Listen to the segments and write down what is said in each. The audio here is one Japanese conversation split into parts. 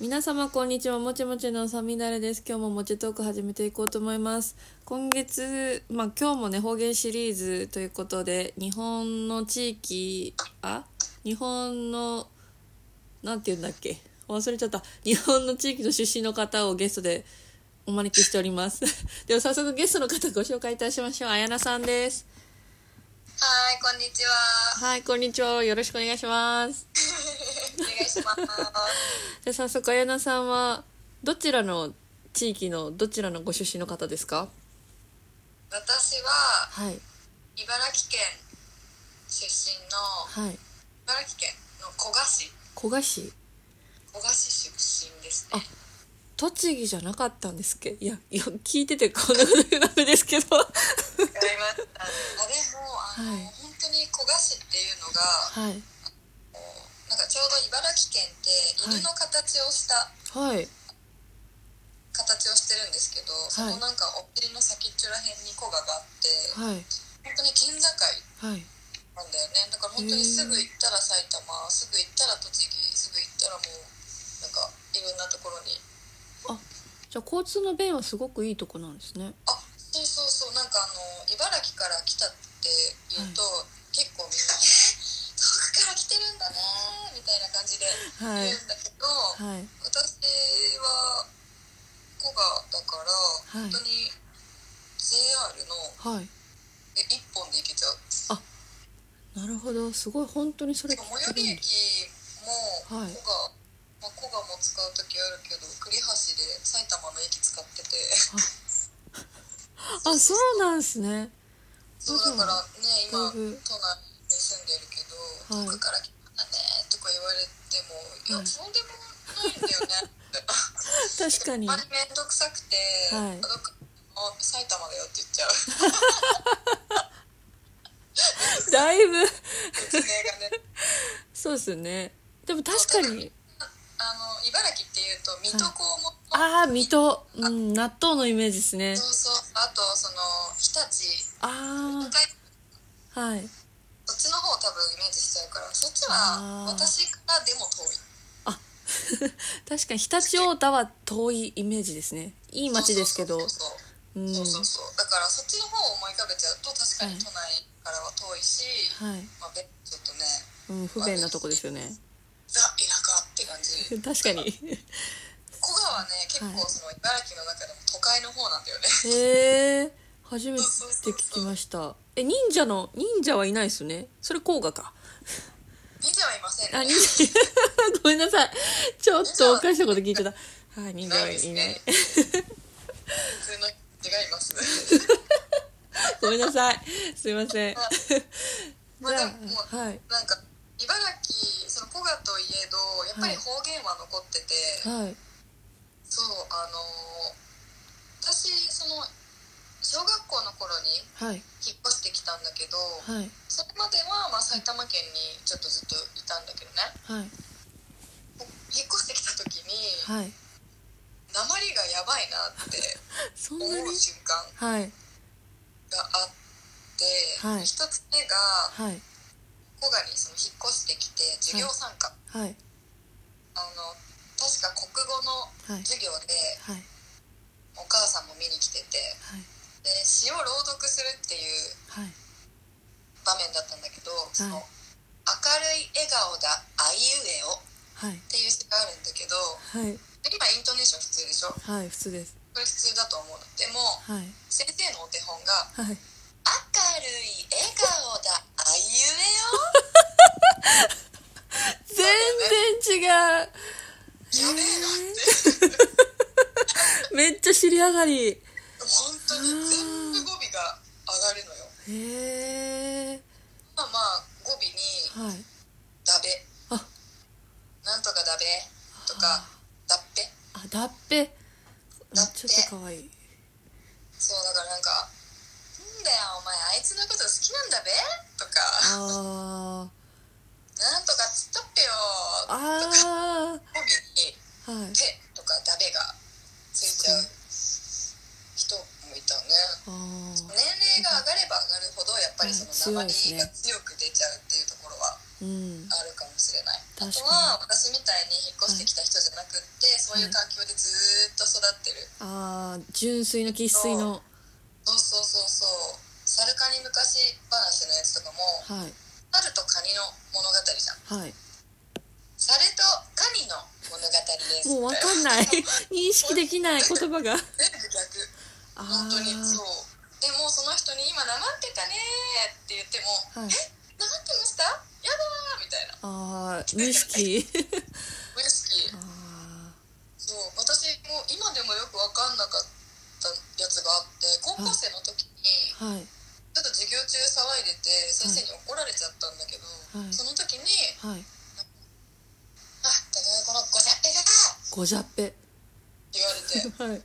皆様こんにちはもちもちのさみだれです今日ももちトーク始めていこうと思います今月まあ今日もね方言シリーズということで日本の地域あ日本のなんて言うんだっけ忘れちゃった日本の地域の出身の方をゲストでお招きしております では早速ゲストの方ご紹介いたしましょう綾菜さんですはい、こんにちは。はいこんにちはよろしくお願いしますお願いします。で早速綾菜さんはどちらの地域のどちらのご出身の方ですか私ははい茨城県出身のはい茨城県の古河市、古賀市古河市出身ですね。栃木じゃなかったんですっけいやいや聞いててこんなこと言うのあれですけどは違います。あのあでもあの、はい本当に古河市っていうのが、いなんかちょうど茨城県ってはい犬の形をした。はい形をしてるんですけど、そはいのなんかお尻の先っちょら辺に古河があって、はい本当に県境はいなんだよねだから本当にすぐ行ったら埼玉すぐ行ったら栃木すぐ行ったらもうなんかいろんなところにあじゃあ交通の便はすごくいいとこなんですねあそうそうそうなんかあの茨城から来たって言うと、結構みんな「え遠くから来てるんだね」みたいな感じでは言いうんだけど、はい私は古河だから、い本当に JR のはいえ一本で行けちゃうなるほどすごい本当にそれで聞もけ最寄るんりだ駅も古は賀、いまあ、古賀も使う時あるけど栗橋で埼玉の駅使っててあそうなんですねそうだからね今だいぶ都内に住んでるけど「はい遠くから来たね」とか言われても「いやはいそうでもないんだよね」 確かにあんまり面倒くさくて「はいあどっかあ埼玉だよ」って言っちゃうだいぶ説明がね そうですねでも確かにあの茨城っていうと水戸黄門の、ああ水戸、うん、納豆のイメージですねそうそうあとその日立あ北海道あはいそっちの方を多分イメージしちゃうからそっちはあー私からでも遠いあ確かに常陸太田は遠いイメージですねいい街ですけどそうそううんそうそうそうはそうだからそっちの方を思い浮かべちゃうと確かに都内からは遠いい、し、まあ、べちょっとねうん、不便なとこですよねザ・田舎って感 じ確かに古川はね結構はいその茨城の中でも都会の方なんだよね へ え初めて聞きましたえ忍者の忍者はいないですよねそれ甲賀か見てはいませんあね忍者 ごめんなさいちょっとおかしなこと聞いてたはい忍者はいないない で普通の違いますごめんなさいすいませんじまあでもゃあはいなんか茨城その古河といえどやっぱり方言は残ってて、はいそうあのー私その小学校の頃にはい引っ越してきたんだけどはいそれまではまあ埼玉県にちょっとずっといたんだけどはねい引っ越してきた時にはい鉛がやばいなって そん思なにう瞬間はいがあってはい一つ目がはい古賀にその引っ越してきて授業参加はいあの確か国語のはい授業ではいお母さんも見に来ててはいで詩を朗読するっていうはい場面だったんだけど、そのはい明るい笑顔だあいうえおっはいていう詩があるんだけどはい今イントネーション普通でしょこはい普通ですれ普通だと思うのでもはい先生のお手本がはい「明るい笑顔だあいう全然違えお」やべえなってうめっちゃ知り上がりへ本当に全部語尾が上がるのよえまあまあ語尾にはい「だべ」あ「なんとかだべ」とか「だっぺ」あだっぺだっぺちょっと可愛いそうだからなんか「んだよお前あいつのこと好きなんだべ」とか。あーなんとかつったっぺよーあ語尾にーはい「手」とか「だべ」がついちゃう人もいたねあー年齢が上がれば上がるほどやっぱりそのうん強いです鉛ねが強く出ちゃうっていうところはうんあるかもしれない、あ確とかは私みたいに引っ越してきた人じゃなくって、そういう環境でずーっと育ってる、にああ純粋の生粋のそうそうそうそうサルカニ昔話のやつとかもはい猿とカニの物語じゃんはい猿とカニの物語ですもうわみたかん ない認識できない言葉が全部逆あ本当にーそうでもその人に「今なまってたね」って言っても「はいえなまってましたやだー」みたいなあー無意識無意識あそう私も今でもよく分かんなかったやつがあって高校生の時にーはいちょっと授業中騒いでて先生に怒られちゃったんだけど、はいその時にはい「あだからこのござっぺが!」ごじゃっ ぺって言われ てはい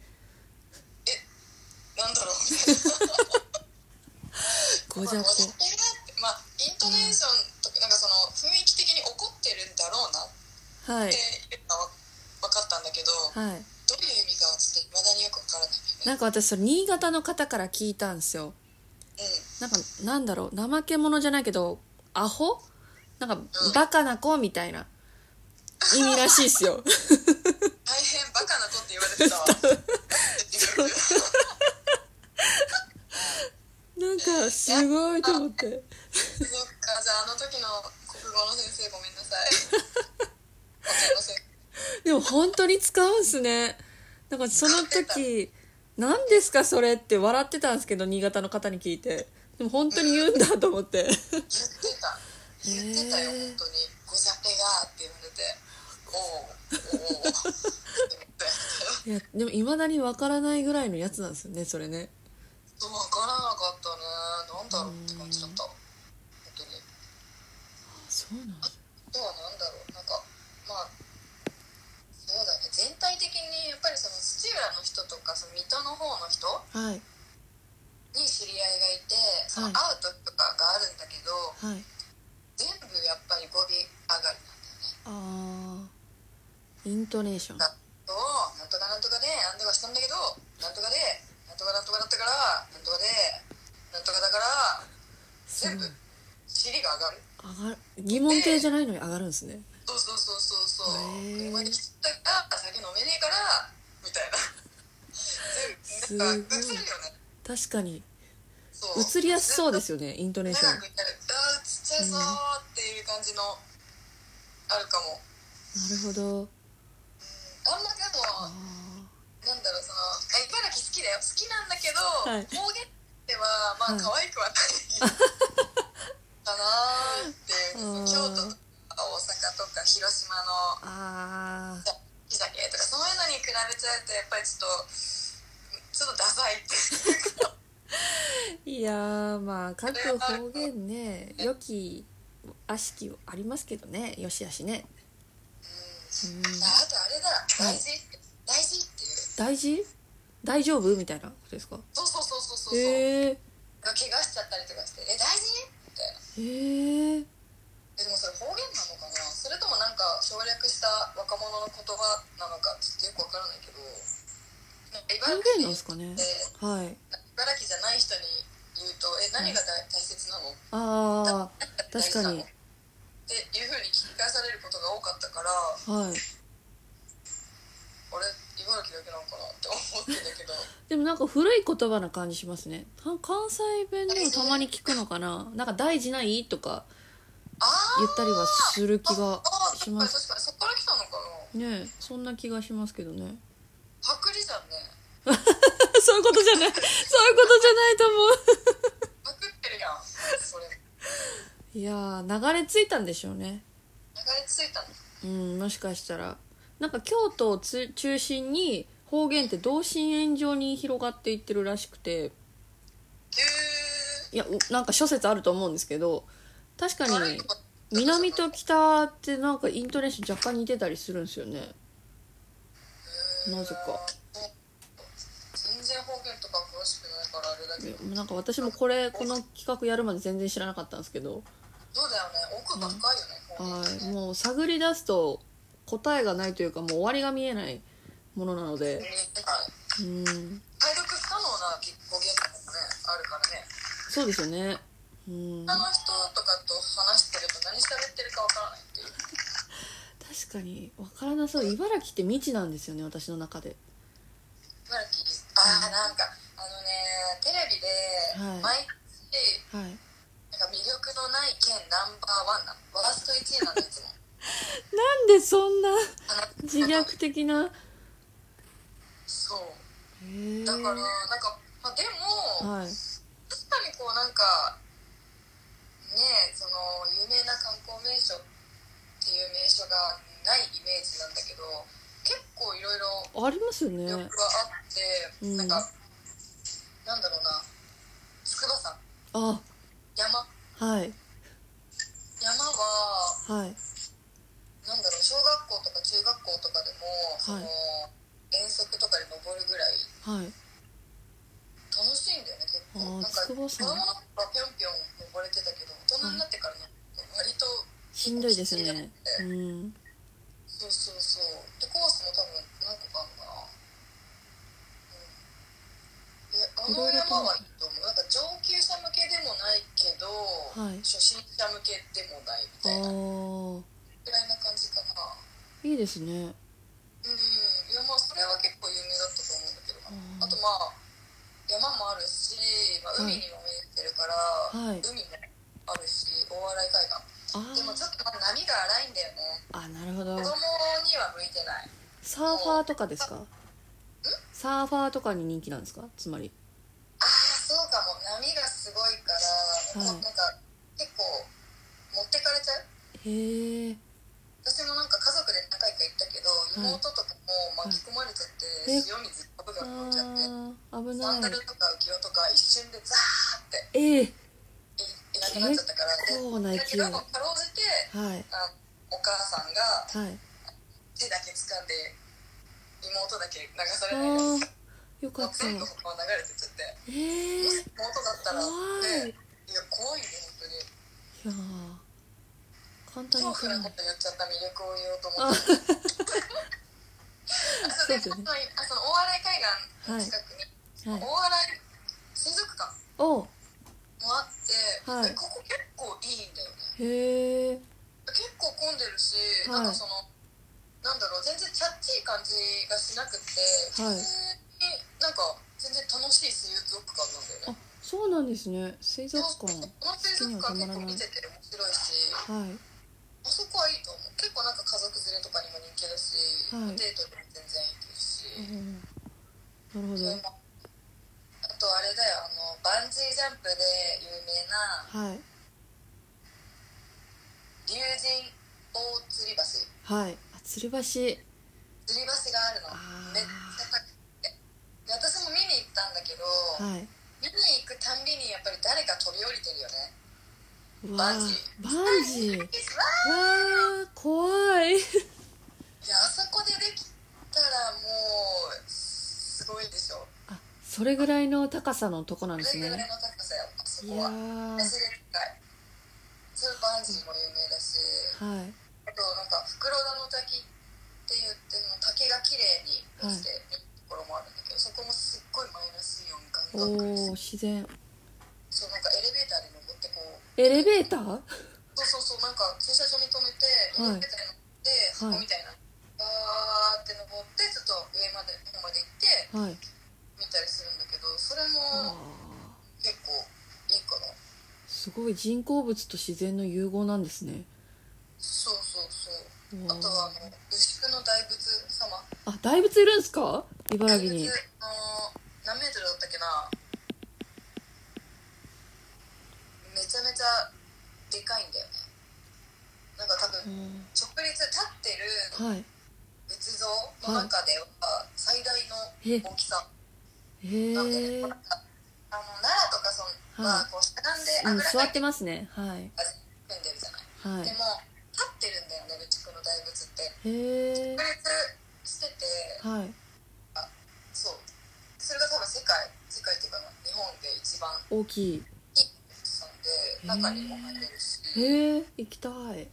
なんだろうごじゃっまあござっぺがってまあイントネーションとかなんかその雰囲気的に怒ってるんだろうなってぺはいっていうのは分かったんだけど、はいどういう意味かはちょっと未だによく分からないよね。なんか私それ新潟の方から聞いたんですようん、なんかなんだろう怠け者じゃないけどアホなんかバカな子みたいな意味らしいです よ大変バカな子って言われてたわ。でなんかすごいと思ってそっか、じゃああの時の国語の先生ごめんなさい。ごめんなさいでも本当に使うんすねなんかその時「何ですかそれ」って笑ってたんですけど新潟の方に聞いてでも本当に言うんだと思 って言ってた。言ってたよ、へー本当に。ござペがって言われて。おうおうおうっていやでもいまだにわからないぐらいのやつなんですよねそれねそう分からなかったね。なんだろうって感じだった。本当に。そうなんですあとはなんだろうなんかまあそうだね全体的にやっぱりその土浦の人とかその水戸の方の人はいに知り合いがいてそのはい会う時とかがあるんだけど、はい全部やっぱり語尾上がりなんだよねあーイントネーションだとなんとかなんとかでなんとかしたんだけどなんとかでなんとかなんとかだったからなんとかでなんとかだからす全ご部い尻が上がる上がる疑問形じゃないのに上がるんですねそうそうそうそうそうへー車に来たから酒飲めねえからみたいなすごい全部なんか映るよね確かにそう映りやすそうですすよねイントネー長ションなくいたらあーちっちゃいぞーっていう感じのあるかもるほどあんまであもなんだろうそのあ茨城好きだよ好きなんだけど、はい方言ではまあはい可愛くはないかなーってい うあー京都とか大阪とか広島のーあー日だけとかそういうのに比べちゃうとやっぱりちょっとちょっとダサいっていやーまあ各方言ね良き悪しきありますけどねよしあしね、うん、ああとあれだ大事って大事っていう大事大丈夫みたいなことですかそうそうそうそうそうそう、へえ怪我しちゃったりとかして「え大事?」みたいなへええでもそれ方言なのかなそれともなんか省略した若者の言葉なのかちょっとよくわからないけどなんか方言茨なん城でですかねえはい茨城じゃない人に言うと「え何が大大切なの?」ああ確大事なかのにっていうふうに聞き返されることが多かったからはい俺茨城だけなのかなって思ってた けどでもなんか古い言葉な感じしますねか関西弁でもたまに聞くのかななんか大事ないとかあ言ーったりはする気があーします確かに確かにそっから来たのかなねえそんな気がしますけどねパクリじゃんね そういうことじゃ ないそういうことじゃないと思うパクってるやんそれ流いやー流れ着いたんでしょうねれ着いたのうんもしかしたらなんか京都をつ中心に方言って同心円状に広がっていってるらしくてぎゅーいやうなんか諸説あると思うんですけど確か悪いにとこ南と北ってなんかイントネーション若干似てたりするんですよねなぜか全然方言とか詳しくないからあれだいけどやなんか私もこれこの企画やるまで全然知らなかったんですけどそうだよね奥ばっかりよはね、方言っていねもう探り出すと答えがないというかもう終わりが見えないものなのうんではいうん解読不可能な語源とかもねあるからねそうですよねうん他の人とかと話してると何喋ってるかわからないっていう確かに分からなそう茨城って未知なんですよね私の中で茨城ああなんかあのねテレビではい毎年はいなんか魅力のない県ナンバーワンなワースト1位なんで すもんなんでそんなあの自虐的なそうへーだからなんか、まあ、でも、はい確かにこうなんかねえその有名な観光名所っていう名所がないイメージなんだけど結構いろいろありますよね魅力はあって、うんなんかなんだろうな筑波山あ山はい山ははいなんだろう小学校とか中学校とかでも、その遠足とかで登るぐらいはい楽しいんだよね結構あーなんか筑子波供の山頃はぴょんぴょん登れてたけど大人になってからね、割としんどいですねうんそうそうそうでコースも多分何個かあるのかなうんいろいろえあの山はいいと思うなんか上級者向けでもないけど、はい初心者向けでもないみあたいなーぐらいな感じかないいですねうんいやまあそれは結構有名だったと思うんだけどうんなあとまあ山もあるし、まあ、はい海にも面してるから、はい海もあるし大あ洗海岸でもちーょっとまあ波が荒いんだよねあなるほど子供には向いてないサーファーとかですかサーファーとかに人気なんですかつまりああそうかも波がすごいから、はいもうなんか結構持ってかれちゃうへえ私もなんか家族で何回か行ったけどはい妹とかも巻き込まれちゃって、え塩水ぶあが飲んじゃってー危サンなダいルとか浮世とか一瞬でザーってええいいなくなっちゃったから結構な勢いだけどかろうじてはいあお母さんがはい手だけ掴んで妹だけ流されないようあにーよかもうった全部他は流れてっちゃってええもいし妹だったら怖いねいや怖いよ本当にやー簡単にいか恐怖ななこいと言っちゃった魅力を言おうと思あってあそそうれですでよあねのあその大洗海岸の近くには大洗い水族館おもあってはいでここ結構いいんだよねへえ結構混んでるし、はいなんかそのなんだろう全然キャッチー感じがしなくて、はい普通になんか全然楽しい水族館なんだよあねそうなんですね水族そう館そうこの水族館結構見てて面白いしはいあそこはいいと思う結構なんか家族連れとかにも人気だし、はいデートでも全然行けるし、うんなるほそどれもあとあれだよあのバンジージャンプで有名なはい竜神大吊り橋はいあ吊り橋吊り橋があるのあーめっちゃ高くてで私も見に行ったんだけど、はい見に行くたんびにやっぱり誰か飛び降りてるよねうわバーンバンジージーわわーー怖いいやあそこでできたらもうすごいでしょあそれぐらいの高さのとこなんそですれぐらいねの高さよあそいこやはー私でっかいそれバンジーも有名だしはいあとなんか袋田の滝って言ってその滝が綺麗に落ちてるところもあるんだけど、そこもすっごいマイナスイオンガンガン来るおおし自然そうなんかエレベーターで登ってこうエレベーターそうそうそうなんか駐車場に止めて、はいエレベーターに乗って箱みたいな、バーって登ってちょっと上まで上まではい行って見たりするんだけどそあれもー結構いいかなすごい人工物と自然の融合なんですねそうそうそううわーあとはあの牛久の大仏様あ大仏いるんですか茨大城仏にあの何メートルだったっけなめちゃめちゃでかいんだよねなんか多う分ん直立立ってるはい仏像の中では最大の大きさへなんで、えほらあの奈良とかそんはこうしゃがんであうんぐら座かっいとてますねはいか組んでるじゃない、はいでも立ってるんだよね仏竹の大仏ってへえ直立しててはいそうそれが多分世界世界っていうかな日本で一番大きいいい仏さんで中にも入れるし、へえ行きたい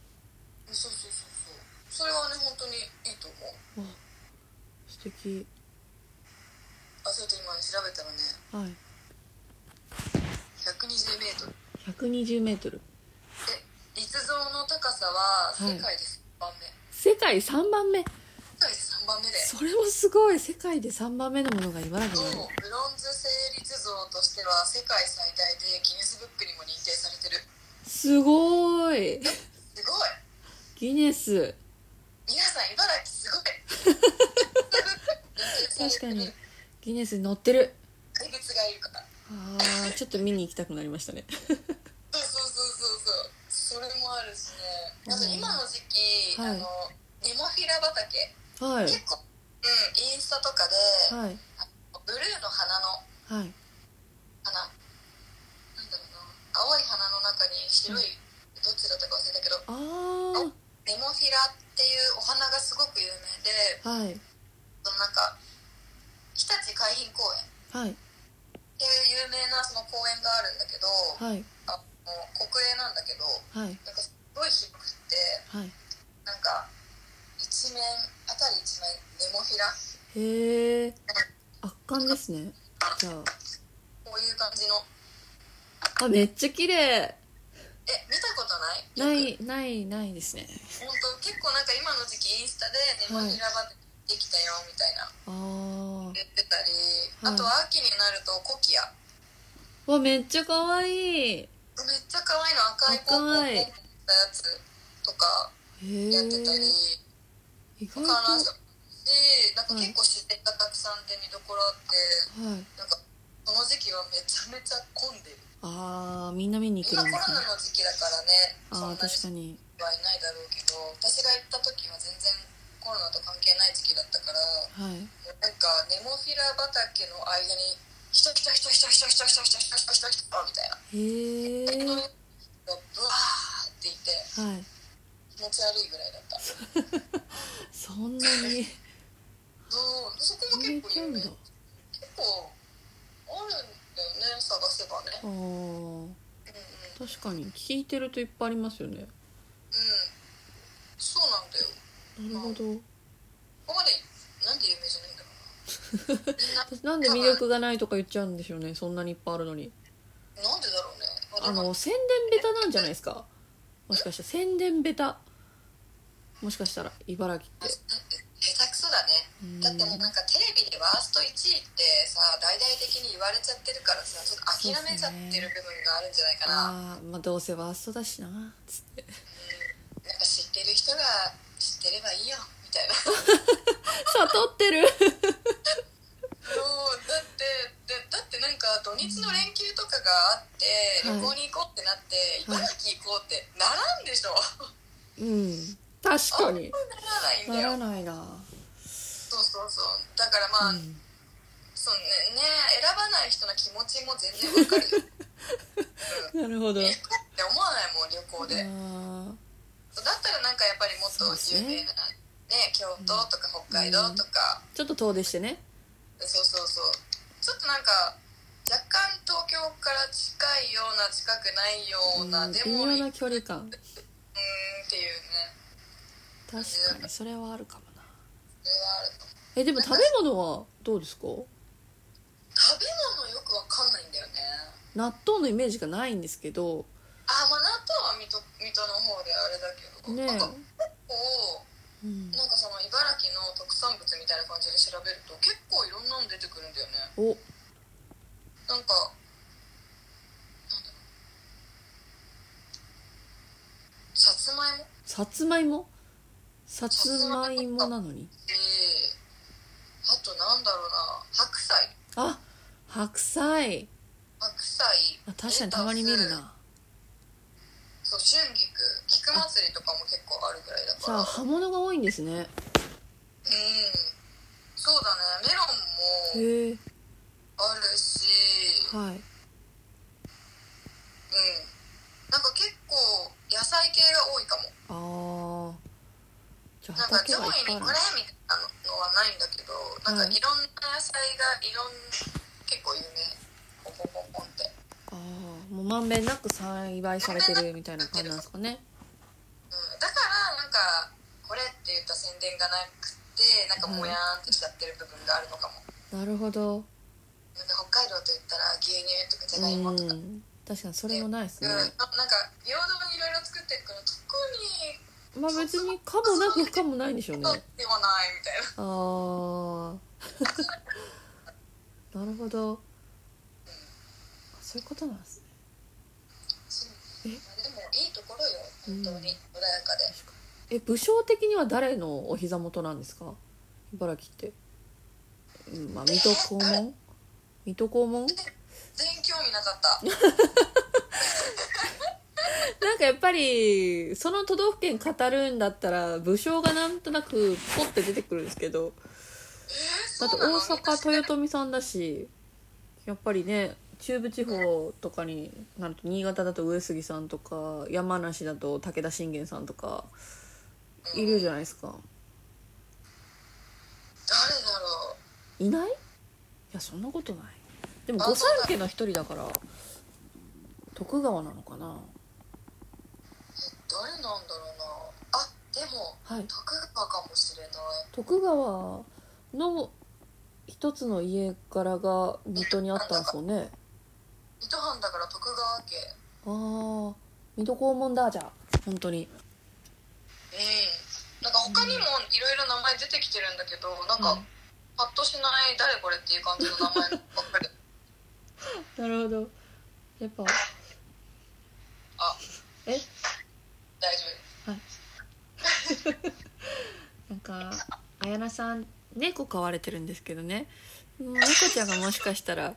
そうそうそうそうそれはね本当にいいと思うわ素敵あそれと今調べたらはねい1 2 0メートル120メートルで立像の高さははい世界で3番目、世界界3番目世界で3番目でそれもすごい世界で3番目のものが茨城そうにあるブロンズ成立像としては世界最大でギネスブックにも認定されてるすごいすごいギネス皆さん茨城すごい確か にギネスに載ってる怪物がいるからあーちょっと見に行きたくなりましたねそうそうそうそうそうそれもあるしねあと今の時期、はいあのネモフィラ畑、はい結構、うん、インスタとかで、はいあのブルーの花のはい花なんだろうな青い花の中に白い、どっちだったか忘れたけどあネモフィラっていうお花がすごく有名でーはいそのなんか日立海浜公園はいっていう有名なその公園があるんだけど、はいあの国営なんだけどはいなんかすごい広くってはいなんか一面あたり一面ネモフィラへえ圧巻ですねじゃこういう感じのああめっちゃ綺麗え見たことないよくないないないですね本当結構なんか今の時期インスタでネモフィラ畑できたよみたいなあー言ってたり、はいあとは秋になるとコキアわめっちゃ可愛いへめっちゃ可愛いの赤いポンポンポンってしたやつとかえやってたり意外他との話はもしなんか結構自然がたくさんで見どころあっていなんかこの時期はめちゃめちゃ混んでるあーみんな見に行け今るコんロですねナの時期だからねそあんーなに確かにはいないだろうけど私が行った時は全然コロナと関係ない時期だったからもはいうなんかネモフィラ畑の間に人人人人人人人人人人人人人みたいなへえ人はがブワーっていてい気持ち悪いぐらいだったそうそんなにそこも見れ結構ちゃう有ん名だ結構あるんだよね探せばねあーうんうん確かに聞いてるといっぱいありますよねうんそうなんだよなるほどここまでなんで有名じゃないんだろうなみんな私なんで魅力がないとか言っちゃうんでしょうねそんなにいっぱいあるのになんでだろうねまあでもの宣伝ベタなんじゃないですかもしかしたら宣伝ベタもしかしたら茨城って下手くそだねうんだってもうなんかテレビでワースト1位ってさ大々的に言われちゃってるからさちょっと諦めちゃってる部分があるんじゃないかな、ああまあどうせワーストだしなつってなんか知ってる人が知ってればいいよみたい な悟ってるそうだってでだってなんか土日の連休とかがあってはい旅行に行こうってなっては茨い城行こうってならんでしょうん確かにならないんなだらよないなそうそうそうだからまあ、うんそうねね選ばない人の気持ちも全然わかるようんなるほど えって思わないもん旅行で、あだったらなんかやっぱりもっとそうです有ね名なね京都とか北海道とか、ーちょっと遠出してねそうそうそうちょっとなんか若干東京から近いような近くないよううんな、で微も妙うーんな距離感っていうね確かにそれはあるかもなそれはあると思うえでも食べ物はどうですか食べ物よくわかんないんだよね納豆のイメージがないんですけどあまあ納豆は水戸水戸の方であれだけど、ねなんか結構うんなんかその茨城の特産物みたいな感じで調べると結構いろんなの出てくるんだよねおなんか、なんだろう。さつまいもさつまいもさつまいもなのにええあとなんだろうな。白菜あ白菜白菜。あ確かにたまに見るなそう、春菊。菊祭りとかも結構あるぐらいだかじら。ゃあうん。葉物が多いんですねそうだね。メロンもへえあるし、うん。はいなんか結構野菜系が多いかも。あーじゃあなんか畑上がいっ位ぱいにあるこれみたいなのはないんだけど、なんかいろんな野菜がいろん結構有名ポンポンポンポンってああもうまんべんなく栽培されてるみたいな感じなんですかねうん、だからなんかこれって言った宣伝がなくてなんかもやーんってしちゃってる部分があるのかも、なるほどなんか北海道と言ったら牛乳とかじうゃがいもとか、うんん確かにそれもないですねななんか平等にいろいろ作ってるから特にまあ別に可もなく不可もないんでしょうねそうでもないみたいな。ああ なるほどそういうことなんですねそうえまあでも いいところよ本当に、穏やかで確かにえ武将的には誰のお膝元なんですか茨城って、うん、まあ水戸黄門水戸黄門全然興味なかった なんかやっぱりその都道府県語るんだったら武将がなんとなくポッて出てくるんですけどだって大阪豊臣さんだしやっぱりね中部地方とかになると新潟だと上杉さんとか山梨だと武田信玄さんとかいるじゃないですか誰だろういないいやそんなことないでも御三家の一人だから徳川なのかなえ誰なんだろうなあでもはい徳川かもしれない徳川の一つの家柄が水戸にあったんですよね水戸藩だから徳川家ああ水戸黄門だじゃあ本当にうんなんか他にもいろいろ名前出てきてるんだけどなんうかんパッとしない誰これっていう感じの名前ばっかりなるほどやっぱあえ大丈夫なんか綾菜さん猫飼われてるんですけどねうん猫ちゃんがもしかしたら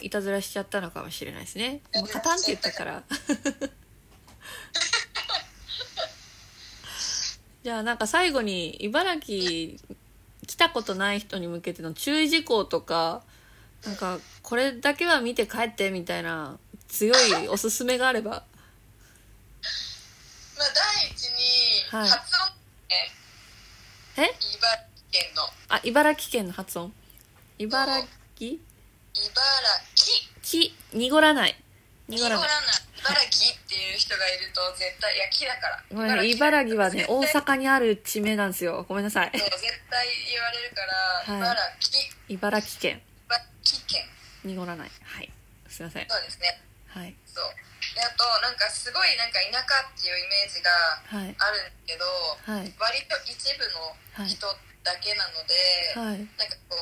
いたずらしちゃったのかもしれないですねもうカタンって言ったからじゃあなんか最後に茨城来たことない人に向けての注意事項とかなんかこれだけは見て帰ってみたいな強いおすすめがあれば まあ第一にはい発音ねえ茨城県のあ茨城県の発音茨城茨城木濁らない濁濁ららなないい茨城っていう人がいると絶対いや木だからごめんなさい茨城はね大絶対阪にある地名なんですよごめんなさいそう絶対言われるから、はい茨城茨城県茨城県濁らないはいすいませんそうですねはいそうであとなんかすごいなんか田舎っていうイメージがはいあるんだけど、はい割と一部の人だけなので、はいなんかこう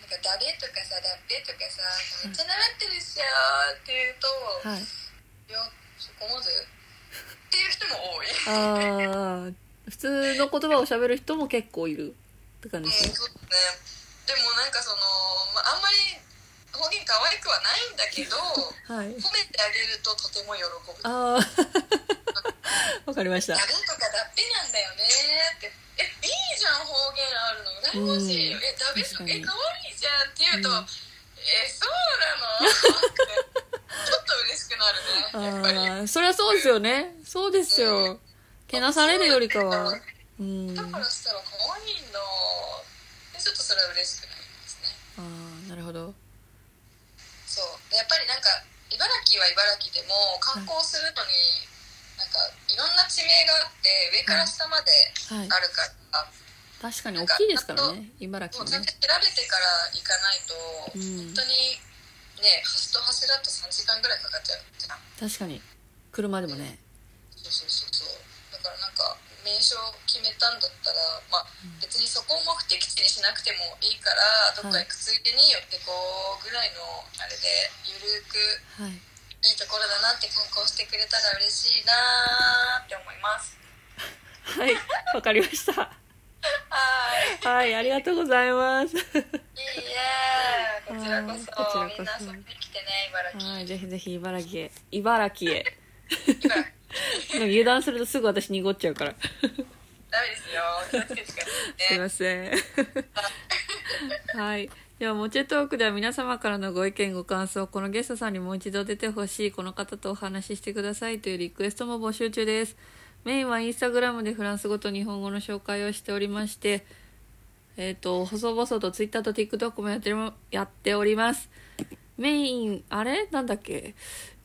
「なんかだべ」とかさ「だっべ」とかさ「めっちゃ習ってるっしょ」って言うと「はいいやそこまで?」っていう人も多い。あー普通の言葉を喋る人も結構いるって感うじん、ですねそうね。でもなんかその、まあ、あんまり方言可愛くはないんだけど、褒はいめてあげるととても喜ぶ。だあー わかりましたべとかだっぺなんだよねって。え、いいじゃん、方言あるの。羨ましいよ。うんえ、だべと確か、にえ、可愛いじゃんって言うと、うん え、そうなのってちょっと嬉しくなあるね、やっぱり。ーそりゃそうですよねそうですよけなされるよりかはうんだからしたら可愛いの。でちょっとそれは嬉しくなりますね。ああなるほどそうでやっぱりなんか茨城は茨城でも観光するのに、なんかいろんな地名があって上から下まではいあるから、確かに大きいですからね茨も城うちゃねんと調べてから行かないと、うん本当にね端と端だと3時間ぐらいかかっちゃうじゃん確かに車でもねそうそうそうそうだからなんか名所を決めたんだったら、まあ、別にそこを目的地にしなくてもいいからどっか行くついでに寄ってこうぐらいのあれでゆるくはいいいところだなって観光してくれたら嬉しいなーって思いますはい、 わかりました。は ーいはい、ありがとうございます。いいえこちらこそはーいみんな遊びに来てね茨城はい、ぜひぜひ茨城へ、茨城 へ。茨城でも油断するとすぐ私濁っちゃうから。ダメですよ気をつけてくだ すいさいねません。はい。では、もちトークでは皆様からのご意見、ご感想、このゲストさんにもう一度出てほしい、この方とお話ししてくださいというリクエストも募集中です。メインはインスタグラムでフランス語と日本語の紹介をしておりまして、えっ、と、細々とツイッターと TikTok もやってるもやっております。メイン、あれなんだっけ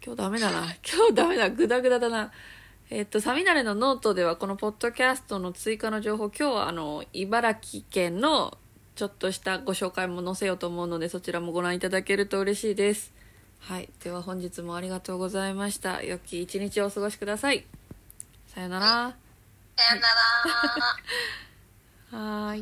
今日ダメだ な。今日ダメだ。グダグダだな。えっと、サミナレのノートでは、このポッドキャストの追加の情報、今日はあの、茨城県のちょっとしたご紹介も載せようと思うので、そちらもご覧いただけると嬉しいです。はい。では本日もありがとうございました。良き一日をお過ごしください。さよなら。さよなら。はーい